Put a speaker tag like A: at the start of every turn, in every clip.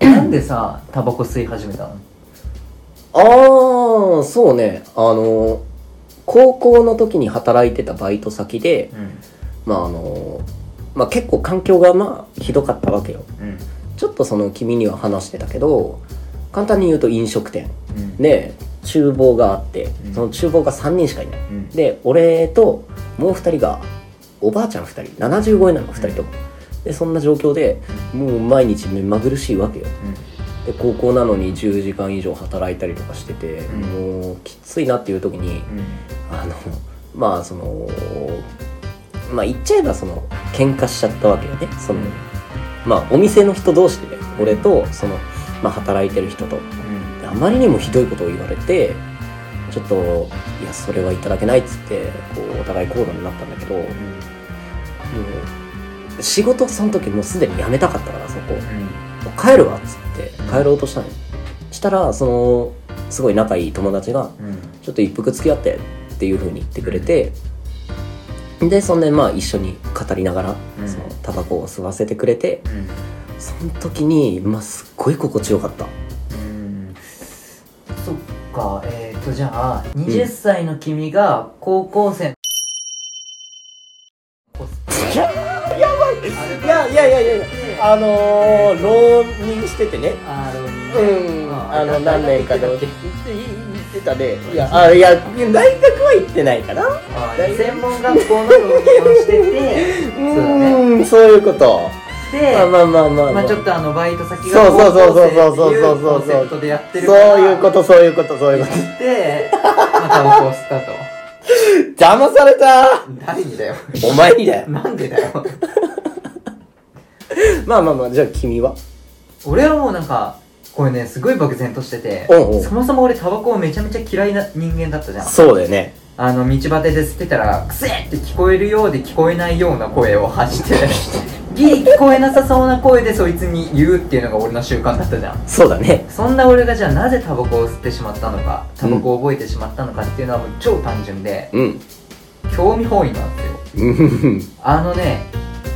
A: なんでさタバコ吸い始めたの
B: ああそうねあの高校の時に働いてたバイト先で
A: うん
B: まああのまあ結構環境がまあひどかったわけよ
A: うん
B: ちょっとその君には話してたけど簡単に言うと飲食店
A: うん
B: で厨房があって
A: うん
B: その厨房が3人しかいない
A: うん
B: で俺ともう2人がおばあちゃん2人75円なの2人ともでそんな状況でもう毎日目まぐるしいわけよで高校なのに10時間以上働いたりとかしてて、
A: うん
B: もうきついなっていう時に
A: うん
B: あのまあそのまあ言っちゃえばその喧嘩しちゃったわけよねその、まあお店の人同士でね俺とその、まあ、働いてる人と
A: うん
B: であまりにもひどいことを言われてちょっといやそれはいただけないっつってこうお互い口論になったんだけどもう仕事その時もうすでに辞めたかったからそこ帰るわっつって帰ろうとしたのよしたらそのすごい仲いい友達が
A: うん
B: 「ちょっと一服付き合って」っていう風に言ってくれてでそんでまあ一緒に語りながら
A: うん
B: そのタバコを吸わせてくれて
A: うん
B: その時にまあすっごい心地よかった
A: うんそっかえっ、ー、とじゃあ20歳の君が高校生やばい
B: やいやい
A: あ
B: あの浪人しててね
A: あの
B: うんあの何年かで 言ってたね
A: い
B: い
A: や
B: やあいや大学は行ってないかな
A: 専門学校の浪人をしててそうだね
B: んそういうこと
A: で、
B: まあまあまあまあ
A: まあちょっとあのバイト先
B: そ
A: が
B: うそうそうそう
A: 高校生
B: そうそうそうそう
A: っていうコンセプトでやってるから
B: そういうこと、そういうこと、そういうこと。
A: で、まあ、タバコを吸ったと
B: 騙された
A: 誰にだよ
B: お前にだよ。
A: なんでだよ
B: まあまあまあ、じゃあ君は
A: 俺はもうなんかこれねすごい漠然としてて
B: うんうん
A: そもそも俺タバコをめちゃめちゃ嫌いな人間だったじゃん
B: そうだよね。
A: あの道端で吸ってたら「くせえ!」って聞こえるようで聞こえないような声を発してギリ聞こえなさそうな声でそいつに言うっていうのが俺の習慣だったじゃん
B: そうだね。
A: そんな俺がじゃあなぜタバコを吸ってしまったのかタバコを覚えてしまったのかっていうのはもう超単純で
B: うん。
A: 興味本位なんですよ
B: うん。
A: あのね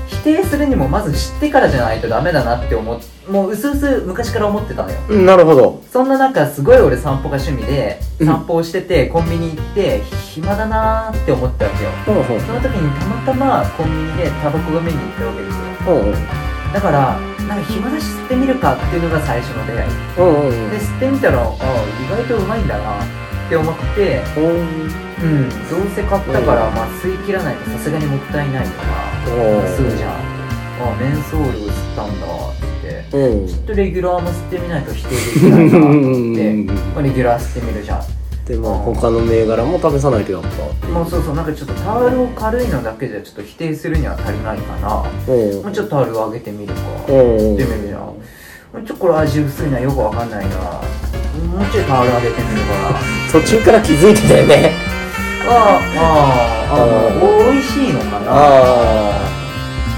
A: 否定するにもまず知ってからじゃないとダメだなって思っもううすうす昔から思ってたのよ
B: なるほど。
A: そんな中すごい俺散歩が趣味で
B: うん
A: 散歩をしててコンビニ行って暇だなーって思ったわけよ
B: うんうん。
A: その時にたまたまコンビニでタバコが目に行ったわけですよ
B: うん
A: だからなんか暇だし吸ってみるかっていうのが最初の出会い
B: うん。うん
A: で吸ってみたらああ意外とうまいんだなって思って
B: うん。
A: うんどうせ買ったからまあ吸い切らないとさすがにもったいないから吸うじゃんああメンソールを吸ったんだっつって
B: うん。うん。
A: ちょっとレギュラーも吸ってみないと否定できないなと思って
B: うん
A: まあレギュラー吸ってみるじゃん
B: で、まあ他の銘柄も試さないとやっぱ。
A: もうそうそうなんかちょっとタオルを軽いのだけじゃちょっと否定するには足りないかなも
B: うん。
A: うちょっとタオルを上げてみるか
B: う
A: も
B: ん。
A: でもいいじゃんうちょっとこれ味薄いなよくわかんないなもうちょいタオル上げてみるかな
B: 途中から気づいてたよね。
A: あああああの美味しいのかなって
B: あ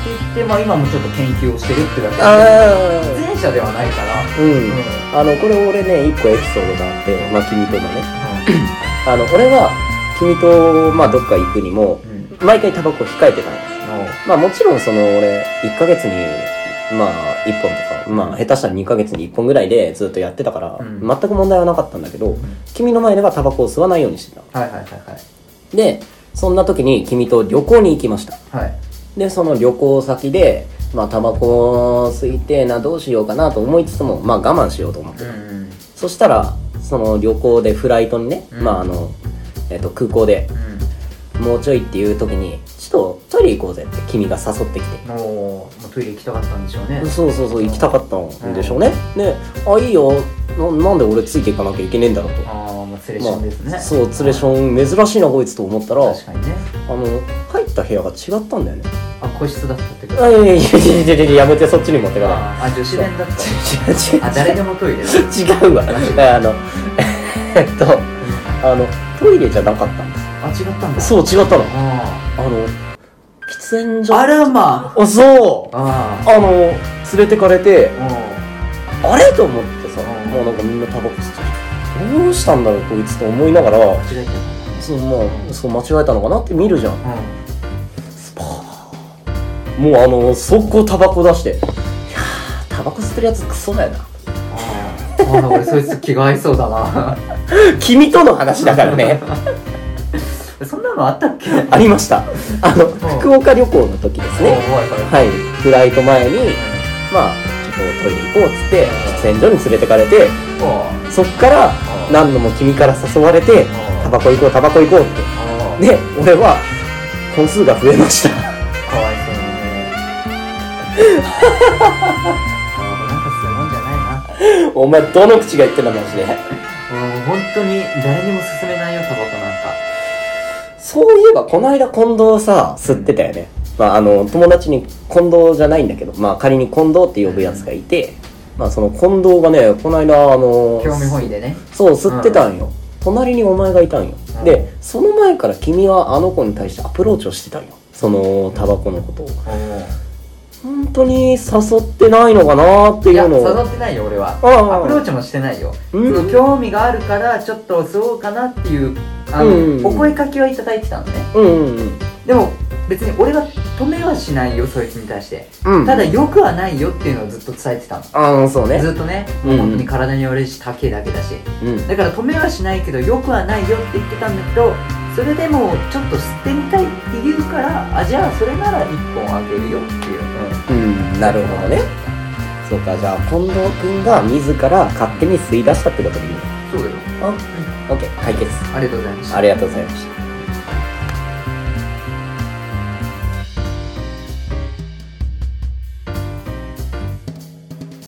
A: 言ってまあ今もちょっと研究をしてるってだけ
B: あ。
A: で
B: ああ。
A: 前者ではないから
B: う
A: うんん。
B: あの、これ俺ね、一個エピソードがあって、まあ君ともね。あの、俺は、君と、まあ、どっか行くにも、
A: うんうん
B: 毎回タバコ控えてたの。まあ、もちろん、その、俺、1ヶ月に、まあ、1本とか、まあ、下手したら2ヶ月に1本ぐらいでずっとやってたから、
A: うん
B: 全く問題はなかったんだけど、君の前ではタバコを吸わないようにしてたの。
A: はいはいはい
B: で、そんな時に君と旅行に行きました。
A: はいはい
B: で、その旅行先で、まあ、タバコを吸いてえな、どうしようかなと思いつつも、まあ、我慢しようと思って。
A: うん
B: そしたら、その旅行でフライトにね、
A: うん
B: まあ、あの、えっと、空港で、もうちょいっていう時にちょっとトイレ行こうぜって君が誘ってきて、
A: うんもうもうトイレ行きたかったんでしょうね
B: そうそうそう行きたかったんでしょうね、で「あいいよななんで俺ついていかなきゃいけねえんだろう」と。
A: ああもうセレションですね、
B: まあそうツレション珍しいなこいつと思ったらあ
A: 確かにね
B: の入った部屋が違ったんだよね
A: あ個室だったってこと
B: あいやいやいやいやいややめてそっちに持ってかない
A: あ女子弁だった
B: 違う違う
A: あ誰でもトイレだ
B: 違うわあのえっとあのトイレじゃなかったんで
A: あ違ったんだ
B: す
A: う
B: そう違ったの
A: あ
B: あの喫煙
A: ー
B: 所
A: あらま
B: あそう
A: ああ
B: あの連れてかれて
A: あうん
B: あれと思ってさ
A: うん
B: もうなんかみんなタバコ吸ってるどうしたんだろうこいつと思いながら
A: 間違えてた
B: そう,、まあ、そう間違えたのかなって見るじゃん
A: うん
B: スパーもうあの速攻タバコ出して「いやータバコ吸ってるやつクソだよな」
A: あ俺そいつ気が合いそうだな
B: 君との話だからね
A: そんなのあったっけ
B: ありましたあの福岡旅行の時ですね
A: 怖いから
B: はいフライト前にまあちょっとトイレ行こうっつって喫煙所に連れてかれてそっから何度も君から誘われてタバコ行こうタバコ行こうってで俺は本数が増えました
A: かわいそうにねなんかするもんじゃないな
B: お前どの口が言ってんだマジで
A: もう本当に誰にも勧めないよタバコなんか
B: そういえばこの間近藤さ吸ってたよね、まあ、あの友達に近藤じゃないんだけど、まあ、仮に近藤って呼ぶやつがいて、まあ、その近藤がねこの間あの
A: 興味本位でね
B: そう吸ってたんよ、隣にお前がいたんよ、
A: うん
B: でその前から君はあの子に対してアプローチをしてたんよそのタバコのことを本当に誘ってないのかなって
A: い
B: い
A: や
B: うのを
A: 誘ってないよ俺は
B: ああ
A: アプローチもしてないよそ
B: うん
A: の興味があるからちょっと吸おうかなっていうあの、
B: うん
A: お声かけはいただいてたのね
B: うんうんうん
A: でも別に俺は止めはしないよそいつに対して
B: うん
A: ただ良くはないよっていうのをずっと伝えてたの
B: ああそうね
A: ずっとね、
B: うん
A: 本当に体に悪いし高いだけだし
B: うん
A: だから止めはしないけど良くはないよって言ってたんだけどそれでもちょっと吸ってみたいって言うからあじゃあそれなら1本あげるよっていう、
B: うんなるほどねそうかじゃあ近藤君が自ら勝手に吸い出したってことでいいの
A: そうよ
B: あオッケー解決
A: ありがとうございました
B: ありがとうございました